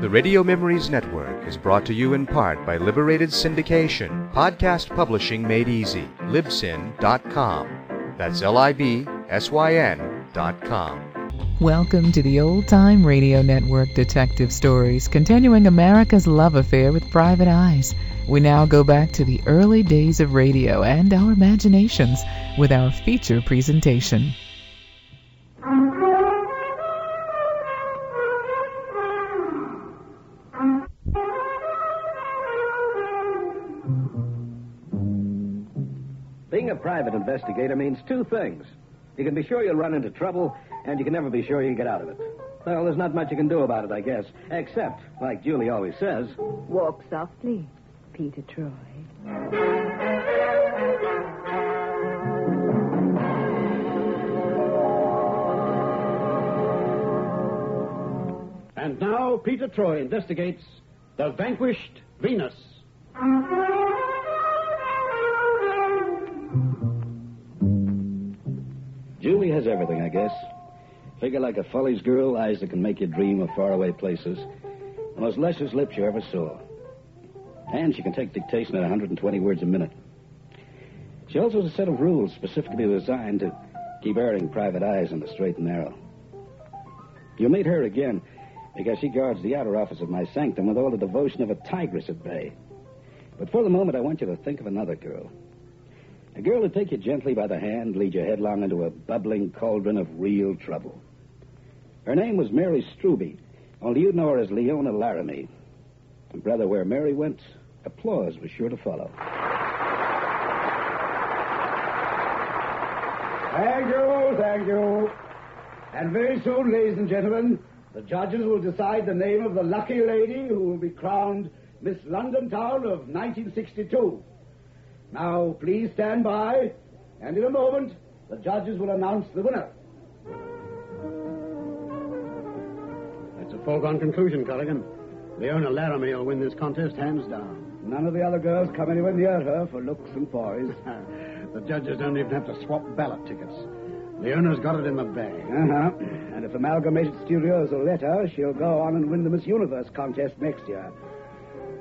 The Radio Memories Network is brought to you in part by Liberated Syndication, podcast publishing made easy, libsyn.com. That's L I B S Y N dot com. Welcome to the Old Time Radio Network Detective Stories, continuing America's love affair with private eyes. We now go back to the early days of radio and our imaginations with our feature presentation. Being a private investigator means two things. You can be sure you'll run into trouble, and you can never be sure you can get out of it. Well, there's not much you can do about it, I guess. Except, like Julie always says, Walk softly, Peter Troy. And now Peter Troy investigates The Vanquished Venus. Julie has everything, I guess. Figure like a folly's girl, eyes that can make you dream of faraway places. The most luscious lips you ever saw. And she can take dictation at 120 words a minute. She also has a set of rules specifically designed to keep erring private eyes on the straight and narrow. You'll meet her again because she guards the outer office of my sanctum with all the devotion of a tigress at bay. But for the moment, I want you to think of another girl. A girl who'd take you gently by the hand, lead you headlong into a bubbling cauldron of real trouble. Her name was Mary Struby, only you'd know her as Leona Laramie. And brother, where Mary went, applause was sure to follow. Thank you, thank you. And very soon, ladies and gentlemen, the judges will decide the name of the lucky lady who will be crowned Miss London Town of 1962. Now, please stand by, and in a moment, the judges will announce the winner. That's a foregone conclusion, Culligan. Leona Laramie will win this contest hands down. None of the other girls come anywhere near her for looks and poise. the judges don't even have to swap ballot tickets. Leona's got it in the bag. Uh huh. And if Amalgamated Studios will let her, she'll go on and win the Miss Universe contest next year.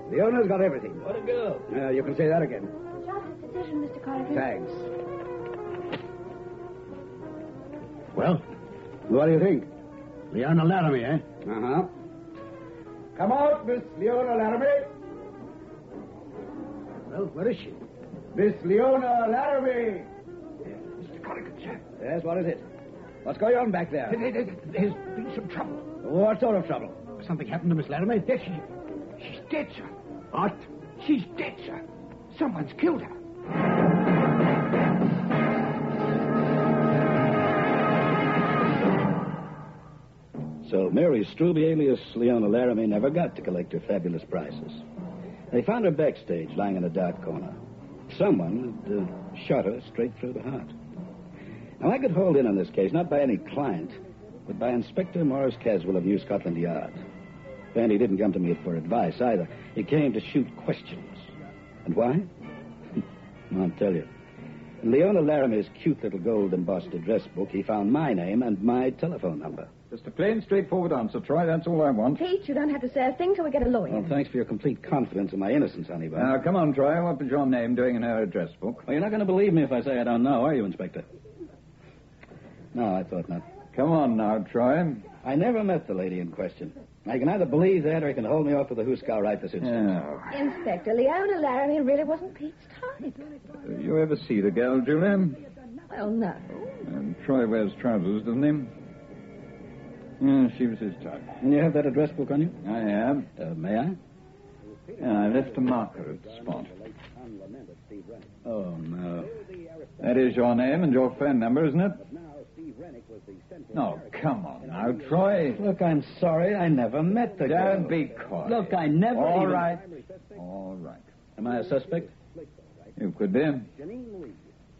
The owner's got everything. What a girl. Uh, you can say that again. Charlie's decision, Mr. Colligan. Thanks. Well, What do you think? Leona Laramie, eh? Uh huh. Come out, Miss Leona Laramie. Well, where is she? Miss Leona Laramie. Mr. Colligan, sir. Yes, what is it? What's going on back there? There's been some trouble. What sort of trouble? Something happened to Miss Laramie? Yes, she, she's dead, sir. What? She's dead, sir. Someone's killed her. So Mary Struby, alias Leona Laramie, never got to collect her fabulous prizes. They found her backstage, lying in a dark corner. Someone had uh, shot her straight through the heart. Now, I got hauled in on this case, not by any client, but by Inspector Morris Caswell of New Scotland Yard. And he didn't come to me for advice either. He came to shoot questions. And why? I'll tell you. In Leona Laramie's cute little gold embossed address book, he found my name and my telephone number. Just a plain, straightforward answer, Troy. That's all I want. Pete, you don't have to say a thing till we get a lawyer. Well, thanks for your complete confidence in my innocence, Honeybun. Now, come on, Troy. What was your name doing in her address book? well, you're not going to believe me if I say I don't know, are you, Inspector? No, I thought not. Come on now, Troy. I never met the lady in question. I can either believe that or you can hold me off with a hooscow right this instant. Now, Inspector, Leona Laramie really wasn't Pete's type. do you ever see the girl, Julian? Well, no. And Um, Troy wears trousers, doesn't he? Yeah, she was his type. And you have that address book on you? I am. Uh, may I? Yeah, I left a marker at the spot. Oh, no. That is your name and your phone number, isn't it? No, come on now, Troy. Look, I'm sorry. I never met the girl. Don't be coy. Look, I never All even- right. All right. Am I a suspect? You could be.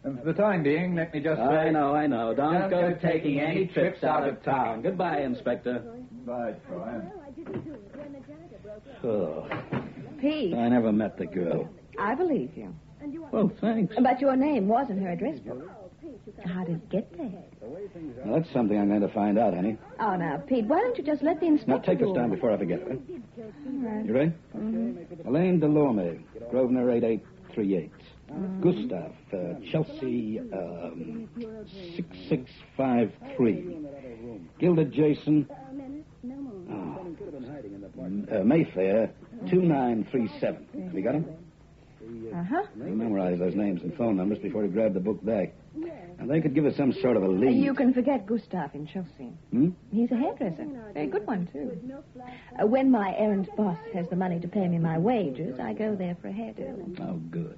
And for the time being, let me just I say... know, I know. Don't, Don't go go taking any trips out of town. town. Goodbye, Inspector. Bye, Troy. Oh, Pete, I never met the girl. I believe you. Well, thanks. But your name was in her address book. How did it get there? Now, that's something I'm going to find out, Annie. Oh, now, Pete, why don't you just let the inspector... Now, take us down before I forget it. huh? You ready? Elaine Delorme, Grosvenor 8838. Gustav, uh, Chelsea um, 6653. Gilda Jason, Ah. uh, Mayfair 2937. Have you got him? Uh-huh. You memorize those names and phone numbers before you grab the book back. And they could give us some sort of a lead. You can forget Gustav in Chelsea. Hmm? He's a hairdresser. Very good one, too. Uh, when my errand boss has the money to pay me my wages, I go there for a hairdo. Oh, good.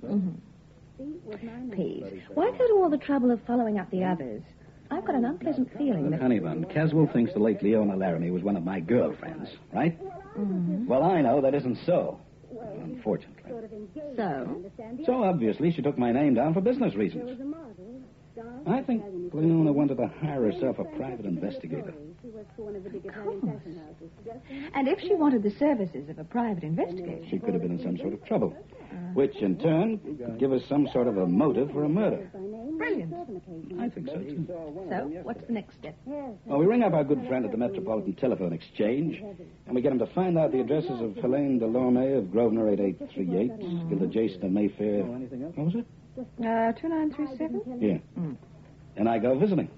Pete, why go to all the trouble of following up the others? I've got an unpleasant feeling Look, that... honey bun, Caswell thinks the late Leona Laramie was one of my girlfriends, right? Well, I know that isn't so, unfortunately. So? So obviously, she took my name down for business reasons. I think Leona wanted to hire herself a private investigator. And if she wanted the services of a private investigator... She could have been in some sort of trouble, which in turn could give us some sort of a motive for a murder. Brilliant. I think so, too. So, what's the next step? Well, we ring up our good friend at the Metropolitan Telephone Exchange, and we get him to find out the addresses of Helene Delorme of Grosvenor 8838, Gilda Jason of Mayfair. What was it? Uh, 2937? Yeah. And I go visiting.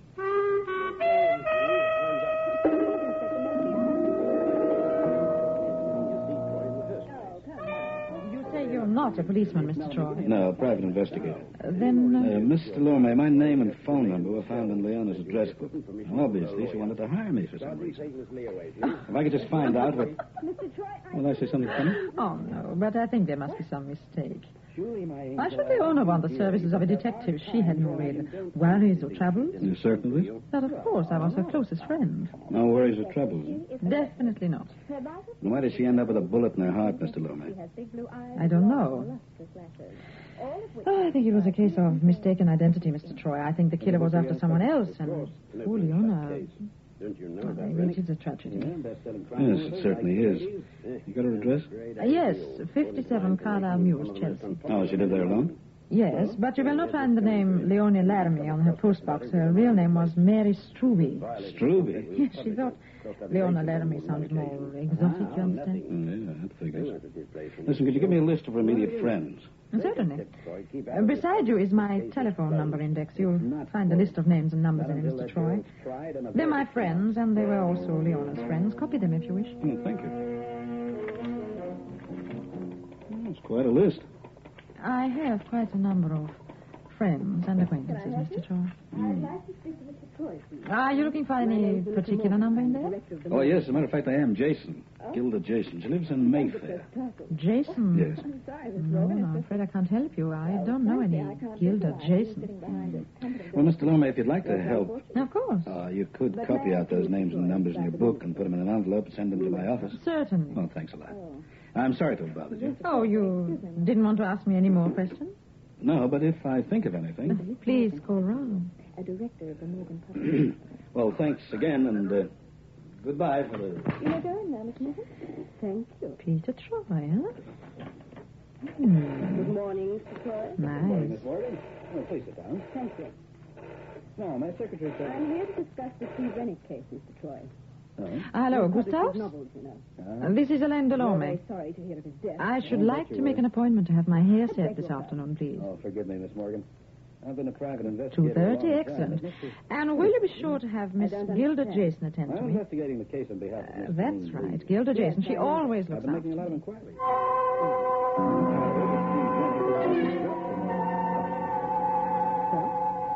You say you're not a policeman, Mr. Troy. No, a private investigator. Then, Uh, uh, Miss Delorme, my name and phone number were found in Leona's address book. And obviously, she wanted to hire me for some reason. If I could just find out what. Will I say something funny? oh no, but I think there must be some mistake. Why should Leona want the services of a detective? She had no real worries or troubles. You certainly? But of course, I was her closest friend. No worries or troubles. Definitely not. And why did she end up with a bullet in her heart, Mr. Lorme? I don't know. Oh, I think it was a case of mistaken identity, Mr. Troy. I think the killer was after someone else, and poor Leona. Well, It is a tragedy. Yes, Hmm, it certainly is. You got her address? Uh, yes, 57 Carlisle Muse, Chelsea. Oh, she lived there alone? Yes, but you will not find the name Leonie Laramie on her postbox. Her real name was Mary Struby. Struby? Yes, she thought Leona Laramie sounded more exotic, you understand? Mm, yeah, that figures. Listen, could you give me a list of her immediate friends? Certainly. Uh, beside you is my telephone number index. You'll find a list of names and numbers in it, Mr. Troy. They're my friends, and they were also Leona's friends. Copy them if you wish. Oh, thank you. Hmm, That's quite a list. I have quite a number of friends and acquaintances, Mr. Troy. Are you looking for any particular number in there? Oh, yes, as a matter of fact, I am Jason. Gilda Jason. She lives in Mayfair. Jason. Yes. No, no, I'm afraid I can't help Oh, you. I don't know any Gilda Jason. Well, Mr. Lorme, if you'd like to help, Of course. uh, you could copy out those names and numbers in your book and put them in an envelope and send them to my office. Certainly. Oh, thanks a lot. I'm sorry to have bothered you. Oh, you didn't want to ask me any more questions? No, but if I think of anything. Please go round. Well, thanks again, and uh, goodbye for the. Peter Troy, huh? Good morning, Mr. Troy. Nice. Morgan. Oh, please sit down. Thank you. No, my secretary said. I'm here to discuss the Steve Rennick case, Mr. Troy. Hello, Gustav. Publishes novels, you know. This is Elaine We're Delorme. very sorry to hear of his death. I should like to make an appointment to have my hair set this afternoon, please. Oh, forgive me, Miss Morgan. I've been a private investigator. a Two long thirty, time, excellent. but this is- And will you be sure to have Miss Gilda Jason attend to I'm me? investigating the case on behalf of. Uh, Miss That's Jean right, Reed. Gilda Jason. She always I've looks been out. making a lot of inquiries. Uh,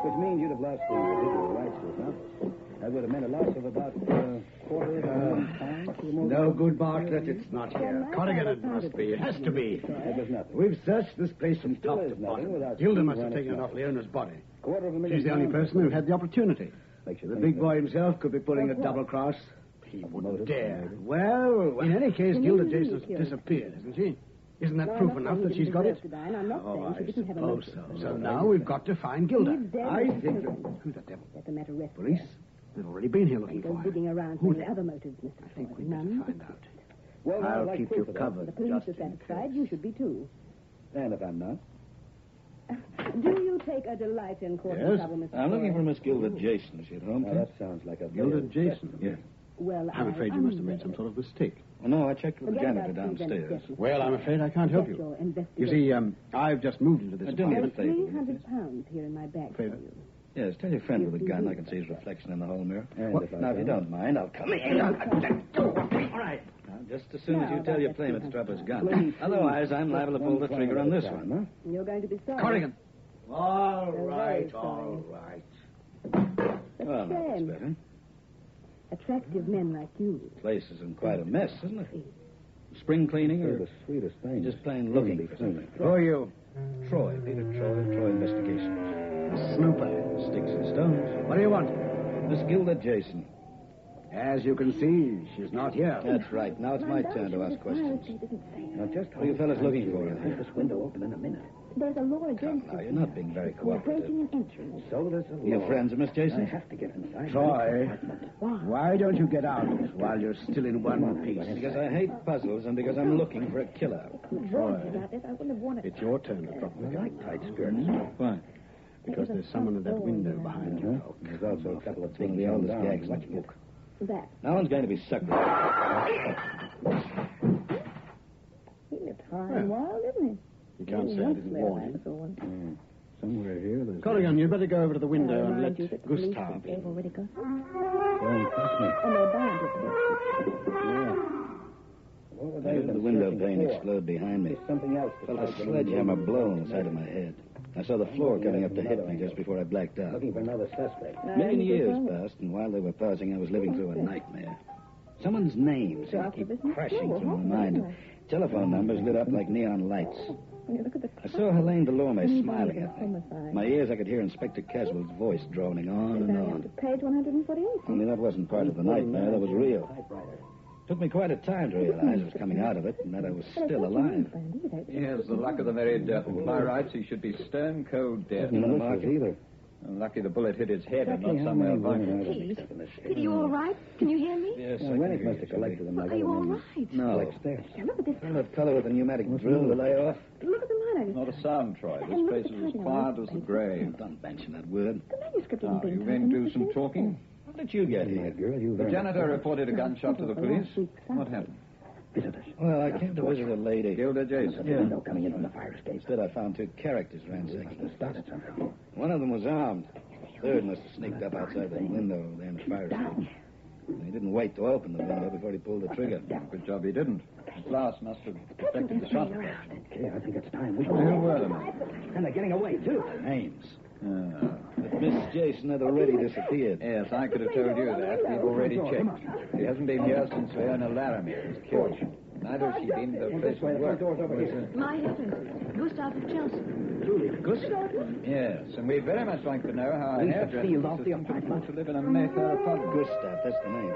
Which means you'd have lost the legal rights to it, huh? That would have meant a loss of about uh, quarter of a million pounds. No good, Bartlett. It's not here. Corrigan, it must be. It has to be. That was nothing. We've searched this place from top is to nothing bottom. without Gilda Steve must have Rennick's taken it money. off Leona's body. Quarter of a million. She's the only pounds. person who had the opportunity. Makes you The think big that- boy himself could be pulling a double cross. He motive, wouldn't dare. maybe. Well, in any case, Gilda Jason's disappeared, isn't she? Isn't that proof enough that she's got it? Oh, I suppose so. So now we've got to find Gilda. I think. Who the devil? Let the matter rest. Police? They've already been here looking Go for her. digging around for any other motives, Mr. Troy. None. Find out. Well, I'd I'll like keep proof you of that. covered, The police are Justin. satisfied. You should be, too. And if I'm not? Do you take a delight in court Yes. trouble, Mr. I'm looking Floyd? for Miss Gilda Jason. Is she at home? Now, please? that sounds like a... Gilda Jason? Yes. Well, I'm I afraid you must have made am some ready. sort of mistake. no, I checked with the Forget janitor about Steve and downstairs. Stephen. Well, I'm afraid I can't help Get you. your You investigation. see, um, I've just moved into this Uh, do me a There's apartment. favor, will you, three hundred pounds here in my bag for Favor? you. Yes, tell your friend with a gun I can see his reflection in the hall mirror. And Well, if I now, if you don't? don't mind, I'll come in. I'll let go of me. All right. Now, just as soon as Now, you tell about your that playmate thing, Strapper's Hunter. gun. Otherwise, I'm liable to pull the trigger on this Huh? one. You're going to be sorry. Corrigan. All Very right, sorry. all right. Well, now, that's Shame. better. Attractive men like you. Place is in quite a mess, isn't it? Spring cleaning They're or the sweetest thing. just plain looking for something. Who are you? Troy, Peter Troy, Troy Investigations. Snooper. Sticks and stones. What do you want? Miss Gilda Jason. As you can see, she's not here. That's right. Now it's my turn to ask questions. Now, just Who are you fellas looking for in Have here? this window open in a minute. There's a law Come against now, it. you're not being very We're breaking cooperative. and entering. So there's a Your law. friends, Miss I Jason? have to get inside. Troy, why don't you get out while you're still in one piece? Because I hate puzzles and because I'm looking for a killer. Warned you about this. I wouldn't have worn it. It's your turn to drop the I gun. like tight skirts. Why? Because there's someone at that window behind you. There's also a couple of It's one of things the on oldest down. gags in Watch the book. That. No one's going to be suckered. He lived high and wild, didn't You can't he? say I didn't Well, warn you. that was all. Somewhere here, there's... Corrigan, you'd better go over to the I window and remind let you that the police Gustav they've in. already Oh, got. Don't trust me. And they're bound to this. Yeah. What were I they heard the been window searching pane for? explode behind me. There's something else. Felt besides a the sledgehammer window. blow on the side of my head. I saw the floor coming up to hit me just before I blacked out. Looking for another suspect. Uh, Many years passed, and while they were passing, I was living through a nightmare. Someone's name seemed to keep crashing through my mind. Telephone numbers lit up like neon lights. I saw Helene Delorme smiling at me. In My ears, I could hear Inspector Caswell's voice droning on and on. Page 148. Only that wasn't part of the nightmare, that was real. Took me quite a time to realize I was coming out of it and that I was still alive. He has the luck of the very devil. By rights, he should be stone cold dead. Doesn't look like it either. Lucky the bullet hit his head and Exactly not how somewhere many like women it. are there mixed up in this shit? Peter, you all right? Can you hear me? Yes, Now, Rennick must have collected them. like Are you other all women. right? No. Like this. Yeah, look at this. Well, that fellow with the pneumatic drill to lay off. Look at the line. I just- Not a sound, Troy. And This look at place the is as writing on quiet this as the paper. grave. Don't mention that word. The manuscript Now, Ah, isn't being you men typed in do the some paper. talking. How did you get My here? girl, you The learned- janitor reported a gunshot to the police. What happened? Visitors. Well, I came to visit a lady. Gilda Jason. The window coming in from the fire escape. Instead, I found two characters ransacking. They started something. One of them was armed. The third must have sneaked up outside the window there in the fire escape. And He didn't wait to open the window before he pulled the trigger. Good job he didn't. The glass must have affected the shot. Okay, I think it's time. We Who were the men? And they're getting away, too. Names. Ah, But Miss Jason had already disappeared. yes, I could have told you that. We've already checked. She hasn't been here since Leona Laramie was killed. Neither has she been to the place Oh, This way, of the front work. door's over here. My heavens. Gustav of Chelsea. Julie, good. Yes, and we'd very much like to know how a Lisa hairdresser sealed off is the susceptible apartment. to live in a Mayfair apartment. Gustav, that's the name.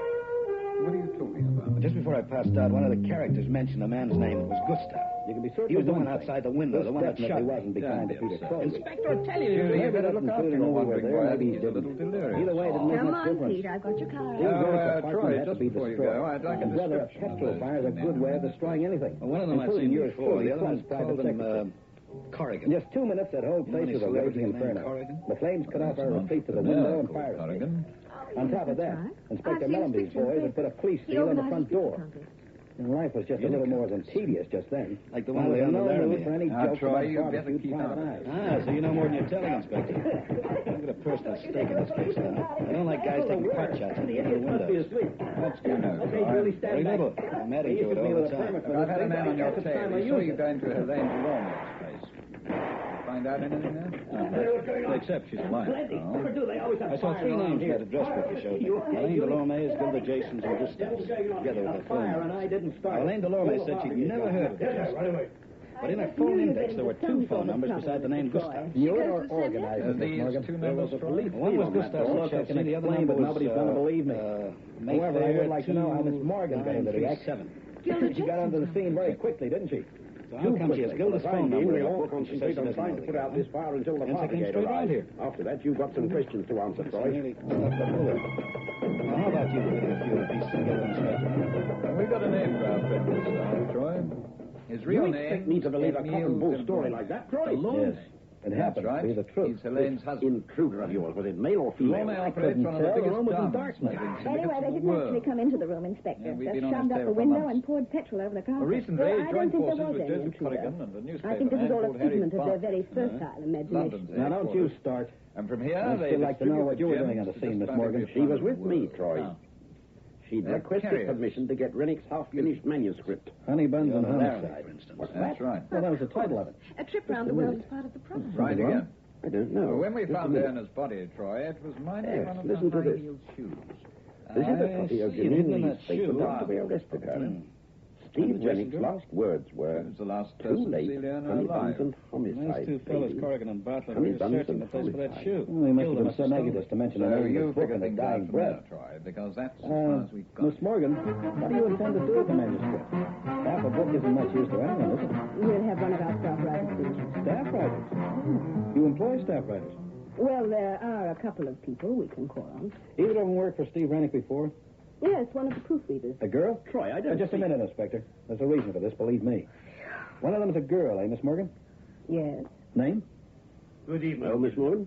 What are you talking about? Just before I passed out, one of the characters mentioned a man's name. It was Gustav. You can be certain He was of the one thing. outside the window, This the one that definitely shot me. wasn't behind the Damn Peter yourself. Troy. Julie, you Maybe better that look after included when we the one were big there, boy. maybe he He's a little didn't. delirious. Either way, it didn't make Come much on, difference. Pete. I've got your car. Any Yeah. British uh, apartment Troy, had to just be before you destroyed. go, I'd like a And whether a description of petrol those fire is a men. good way of destroying anything. Well, one of them I'd including seen yours before. truly, The other Clem's one's called private him secretary. uh, Corrigan. In Just two minutes, that whole place Any was a celebrity raging named inferno. Corrigan? The flames cut off our No, retreat to the no, window and Cor- fire escape. Corrigan. On top of that, Inspector Mellenby's boys had put a police He seal on the organised front a pizza door. contest. And life was just a little more than tedious just then. Like the one There was they no unlearned mood here. for any Now, jokes Troy, about you better barbecued keep private out. eyes. Ah, so you know more than you're telling, Inspector. I've got a personal stake in this case now. I don't like guys taking pot shots at the end of the Must be window. asleep. What do you know, Okay, Julie, Troy? stand Very back. little. I'm adding They to used it me all the with a time. permit for I've this had a thing. man on your Half the tail. time I He saw use you it. going to Helene Delorme's place. Find out anything there? Except Oh, she's alive. Plenty. Never do. They always have I saw fire three around names here. by the dress book you showed me. You- Elaine Delorme, Gilda Jasons, and Gustavs, together A with her fire, phone. and I didn't start. Elaine Delorme said she'd never heard of the Jasons. But in her phone index, there were two phone numbers beside the name Gustav. You're organized. Are Miss these Morgan. two There was numbers, a Troy? police One seal was on that Gustav's door, watch, so I I can see. The other one explain, but was, nobody's uh, going to believe me. Uh, However, I would like to know how Miss Morgan got into the action. action. She got onto the scene very quickly, didn't she? So how come she has Gilda's phone number? We in her all book and she says concentrate she on doesn't trying know to the put guy? out this fire until the Yes, I fire came gate straight out arrives. here. Mm-hmm. After that, you've got some questions to answer, So I Troy. nearly stopped the bullet. Now, how about you putting a few pieces together and smash We've got a name for our friend this time, Troy. His real you name expect me to believe a Emil cock and bull Delorme. story like that, Troy? Delorme? It happens right. to be the truth. He's Helene's husband. Intruder of yours, was it male or He female? only I operates couldn't one of the tell. biggest Alone with the diamond darkness. smuggling syndicates Anyway, they in the didn't actually world. come into the room, Inspector. Yeah, we've Just been on shoved a up stair the for window months. and poured petrol over the A carpet. recent Well, raid I don't joined think there forces was with any Joseph intruder. Culligan and a newspaper I think this man is all a called Harry Uh-huh. figment of their Fox. very fertile imagination. London's Now, headquarters. don't you start. And from here, I'd they still like to know what you were doing on the scene, Miss Miss Morgan. She was with me, Troy. She'd They're requested carriers. permission to get Rennick's half-finished manuscript. Honey buns and homicide. for instance. What's That's that? right. Well, that was the title of it. A trip round the world is part of the program. Right Something again. I don't know. Well, when we Just a found minute. Diana's body, Troy, it was mining Yes, one of listen the to this. high-heeled shoes. This is a I copy of see it hidden in Janine that Lee's statement shoe. after we arrested her. Hmm. Steve And the Rennick's messenger? last words were, Who's the last too person to late, see Leona honey alive? buns and homicide, Those two fellas, baby. Corrigan and Bartlett, Honey were buns searching and the place for that homicide. shoe. Well, they must Killed have them been so at the store. negative to mention the So name of you the book figure and the things out dying from there, breath. Troy, because that's as far Uh, as we've got. Miss Morgan, what do you intend to do with the manuscript? Half a book isn't much use to anyone, is it? We'll have one of our staff writers do it. Staff writers. You employ staff writers. Well, there are a couple of people we can call on. Either of them worked for Steve Rannick before? Yes, one of the proofreaders. A girl? Troy, I Uh, don't just a think- minute, Inspector. There's a reason for this, believe me. One of them is a girl, eh, Miss Morgan? Yes. Name? Good evening. Well, Miss Morgan?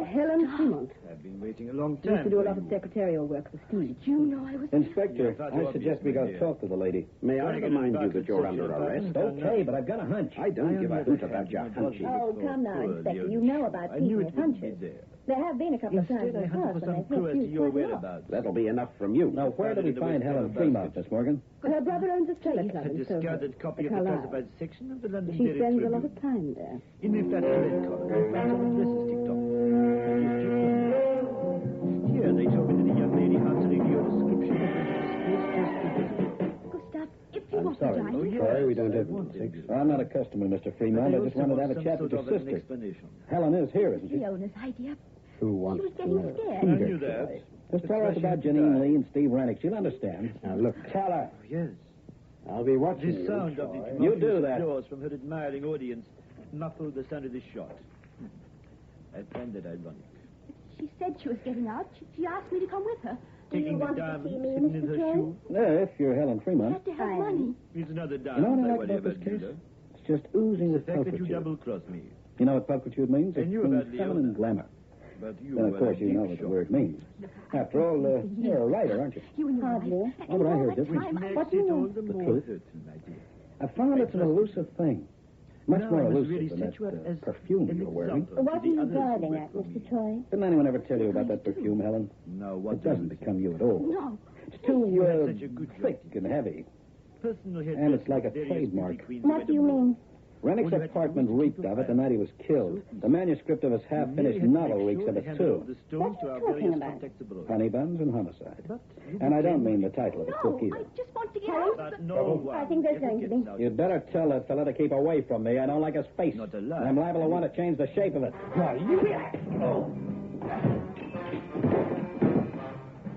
Helen Fremont. I've been waiting a long She used to do a lot of secretarial work for Steve. You know I was. Inspector, Yeah, I thought you I suggest we obviously got did. to talk to the lady. May I Corrigan remind you and that you're Bartlett under said you arrest? hadn't done Okay, but I've got a hunch. I don't I give a on hoot the other about hand, your my hunches. brother- Oh, so come now, poor, Inspector. the You know about I knew people with it wouldn't hunches. be there. There have been a couple of times Instead, I in the hunted past when for some they've let clue as to you quite a your lot. whereabouts. That'll be enough from you. Now, where did we find Helen Fremont, Miss Morgan? Her brother owns a Take strip it. club A in Soho. discarded copy the of the Carlisle. classified section of the London She Daily spends a Tribune. lot of time there. Even if that Helen Corrigan writes on dresses ticked off. She's stripped from there. Here, they told me that a young lady answering your description of the disgraced prostitute as well. Gustav, if you I'm want me sorry. to, Oh, I can. Sorry, we don't I have wanted six. you. I'm not a customer, Mr. Fremont. They I just also wanted to have want a some chat with sort your of an sister. explanation. Helen is here, isn't she? Leona's idea. Who She wants was to getting know? scared. I knew that. Just tell us It's about Russian Janine dye. Lee and Steve Rannick. She'll understand. Now, look, Tell her. Yes. I'll be watching This you, sound of Troy. the You do that. applause from her admiring audience muffled the sound of the shot. Hmm. I find that ironic. She said she was getting out. She, she asked me to come with her. Taking the wanted to diamond see me, hidden in Mr. her Jones? shoe Yeah, if you're Helen I Fremont. had to have Fine. money. is another You know what diamond I I like worry about this about, case? Hilda. It's just oozing The with fact that you pulchritude. double crossed me. You know what pulchritude means? I It knew means about Leona. feminine glamour. But you Then, of were course, a you deep know what the shot. word means. After all, uh, you're a writer, aren't you? You and your Hardly. wife. How would I hear All that different? time, Makes What do you it all know? the The more truth. hurtful, my dear. I found it's an elusive thing. Much Now more I must elusive really than set you up that uh, as perfume an you're wearing. example to What are the you others who driving work at, for me. Mr. Troy? Didn't anyone ever tell you about that perfume, Helen? No, what mm, It doesn't difference? become you at all. No. It's too You had uh, such a good thick job. and heavy. Personal hair And it's dressing like a various trademark. beauty queens What do you wear them mean? Rennick's Well, you had to apartment do it to reeked keep of it it the night he was killed. The manuscript of his all. Mary half-finished had to make novel reeks sure of they it, handed over too. The stones What to are our you talking various about? contacts abroad. Honey buns and homicide. But you And I don't became- mean the title of the No, book I either. just want to get Helen? out. But But no one I think there's ever going to gets be- out. You'd better tell that fella to keep away from me. I don't like his face. Not alive. I'm liable to want to change the shape of it. Now, you...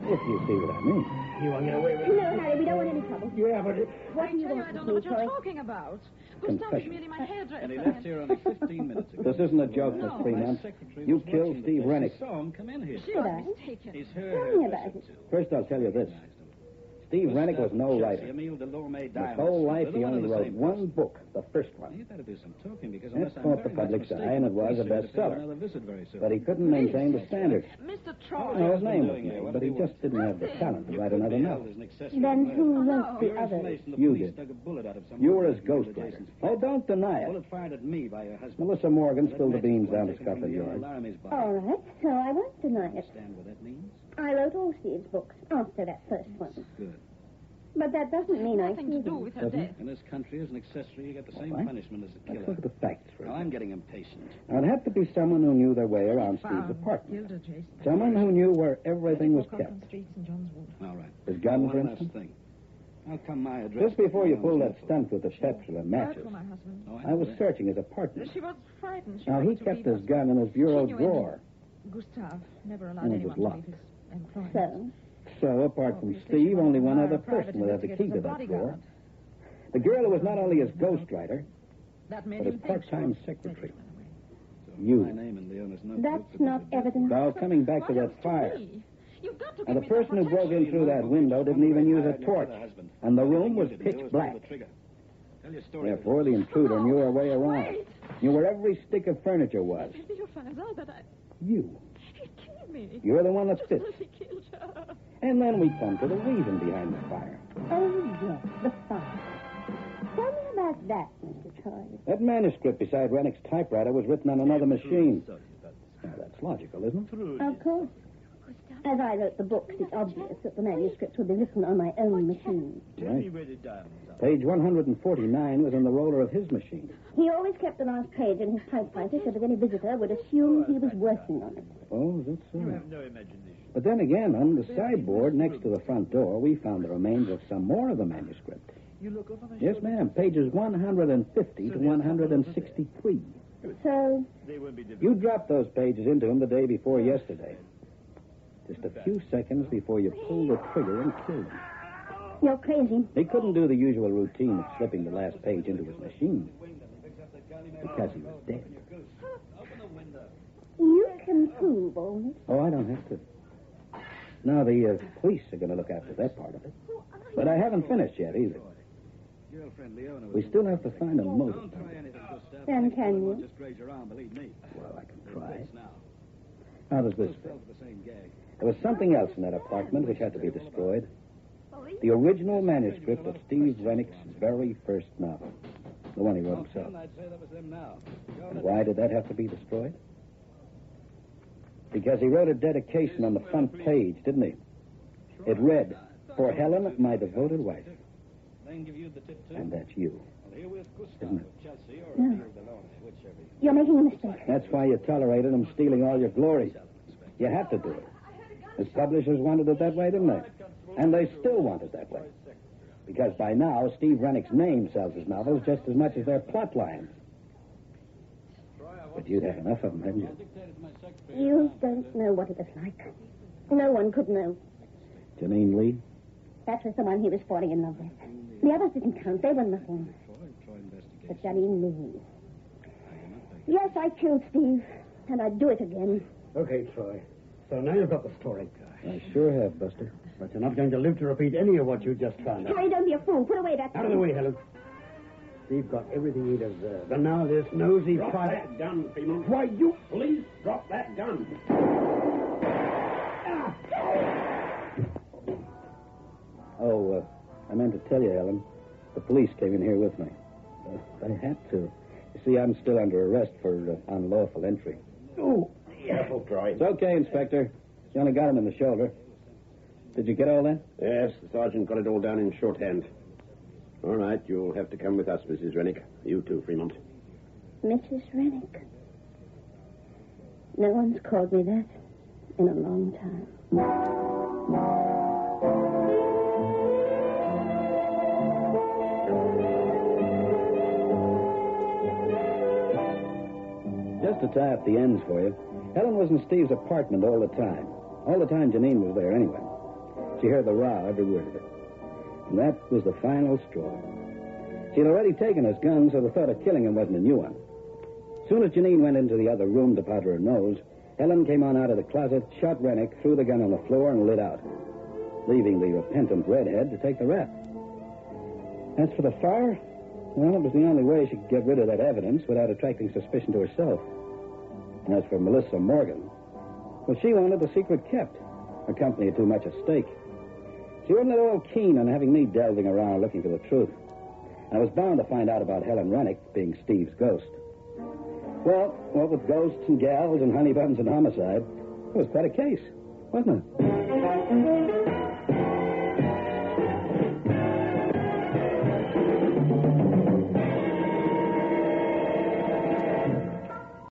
If you see what I mean. You want to get away with No, Harry, we don't want any trouble. Yeah, but it... What do you want Uh, to do, Troy? talking about. Gustav is merely my hairdresser. And he left here only 15 minutes ago. This isn't a joke, Miss Fremont. You killed Steve Rennick. Should I? mistaken. Tell me about it. First, I'll tell you this. Steve uh, Rennick was no writer. His whole life, he only wrote one book, the first one. That caught the public's eye, and it was a bestseller. But he couldn't maintain the standard. Mr. I Troy. don't know his name was named, but he just didn't have the talent to write another novel. Then who wrote the Your others? You did. You were his ghostwriter. Oh, don't deny it. fired at me by her husband. Melissa Morgan spilled the beans down to Scotland Yard. Oh. All right, so I won't deny it. Understand what that means? I wrote all Steve's books after that first one. Good. But that doesn't mean I Nothing to do with her death. In this country, as an accessory, you get the same All right. punishment as a Let's killer. look at the facts for a Now, I'm getting impatient. Now, it had to be someone who knew their way around Um, Steve's apartment. Someone who knew where everything was kept. All right. His gun, One for last instance. thing. How come my address? Just before you No, pulled that it's not- stunt with the petrol and matches, husband. No, I was know that. searching his apartment. She was frightened. She Now, he wanted to kept leave his us. gun in his bureau She knew him. drawer. Gustav never allowed And it was anyone to locked. leave his employment. So, So, apart from Steve, only one other person would have the key to that drawer. The girl who was not only his ghostwriter, That but made his him think she part-time was secretary. taking him away. My You. name and Leona's note. that's not evidence. Now, coming back to Why that else fire. me? You've got to Now, give the me person who protection. broke in through that window didn't even use a torch, and the room was pitch black. And the Therefore, the intruder knew her way around. Knew where every stick of furniture was. If you find out that I... You. He killed me. You're the one that did. He killed her. And then we come to the reason behind the fire. Oh, yes, the fire. Tell me about that, Mr. Troy. That manuscript beside Rennick's typewriter was written on another machine. Now, that's logical, isn't it? Of course. As I wrote the books, it's obvious that the manuscripts will be written on my own machine. Right. Page 149 was on the roller of his machine. He always kept the last page in his typewriter so that any visitor would assume he was working on it. Oh, that's so. But then again, on the sideboard next to the front door, we found the remains of some more of the manuscript. Yes, ma'am. Pages 150 to 163. So, You dropped those pages into him the day before yesterday. Just a few seconds before you pulled the trigger and killed him. you're crazy. He couldn't do the usual routine of slipping the last page into his machine because he was dead. You can prove all this. Oh, I don't have to. Now, the uh, police are going to look after that part of it. But I haven't finished yet either. We still have to find a motive. Then can you? Well, I can try. How does this fit? There was something else in that apartment which had to be destroyed. The original manuscript of Steve Rennick's very first novel, the one he wrote himself. And why did that have to be destroyed? Because he wrote a dedication on the front page, didn't he? It read, For Helen, my devoted wife. And that's you. Isn't it? You're making a mistake. That's why you tolerated him stealing all your glory. You had to do it. His publishers wanted it that way, didn't they? And they still want it that way. Because by now, Steve Rennick's name sells his novels just as much as their plot lines. But you'd have enough of them, hadn't you? You don't know what it was like. No one could know. Janine Lee? That was the one he was falling in love with. The others didn't count. They were nothing. But Janine knew. Yes, I killed Steve. And I'd do it again. Okay, Troy. So now you've got the story. I sure have, Buster. But you're not going to live to repeat any of what you just found out. Troy, don't be a fool. Put away that Out of the way, Helen. Steve got everything he deserved. And now this nosy Drop prod- that gun, Fremont. Why, you. Please drop that gun. Ah! Oh, uh, I meant to tell you, Ellen. The police came in here with me. Uh, they had to. You see, I'm still under arrest for uh, unlawful entry. Oh, careful, Troy. It's okay, Inspector. You only got him in the shoulder. Did you get all that? Yes, the sergeant got it all down in shorthand. All right, you'll have to come with us, Mrs. Rennick. You too, Fremont. Mrs. Rennick. No one's called me that in a long time. Just to tie up the ends for you, Helen was in Steve's apartment all the time. All the time Janine was there, anyway. She heard the row, every word of it. And that was the final straw. She'd already taken his gun, so the thought of killing him wasn't a new one. Soon as Janine went into the other room to powder her nose, Helen came on out of the closet, shot Rennick, threw the gun on the floor, and lit out, leaving the repentant redhead to take the rap. As for the fire, well, it was the only way she could get rid of that evidence without attracting suspicion to herself. And as for Melissa Morgan, well, she wanted the secret kept. Her company had too much at stake. She wasn't at all keen on having me delving around looking for the truth. I was bound to find out about Helen Rennick being Steve's ghost. Well, what with ghosts and gals and honey buns and homicide, it was quite a case, wasn't it?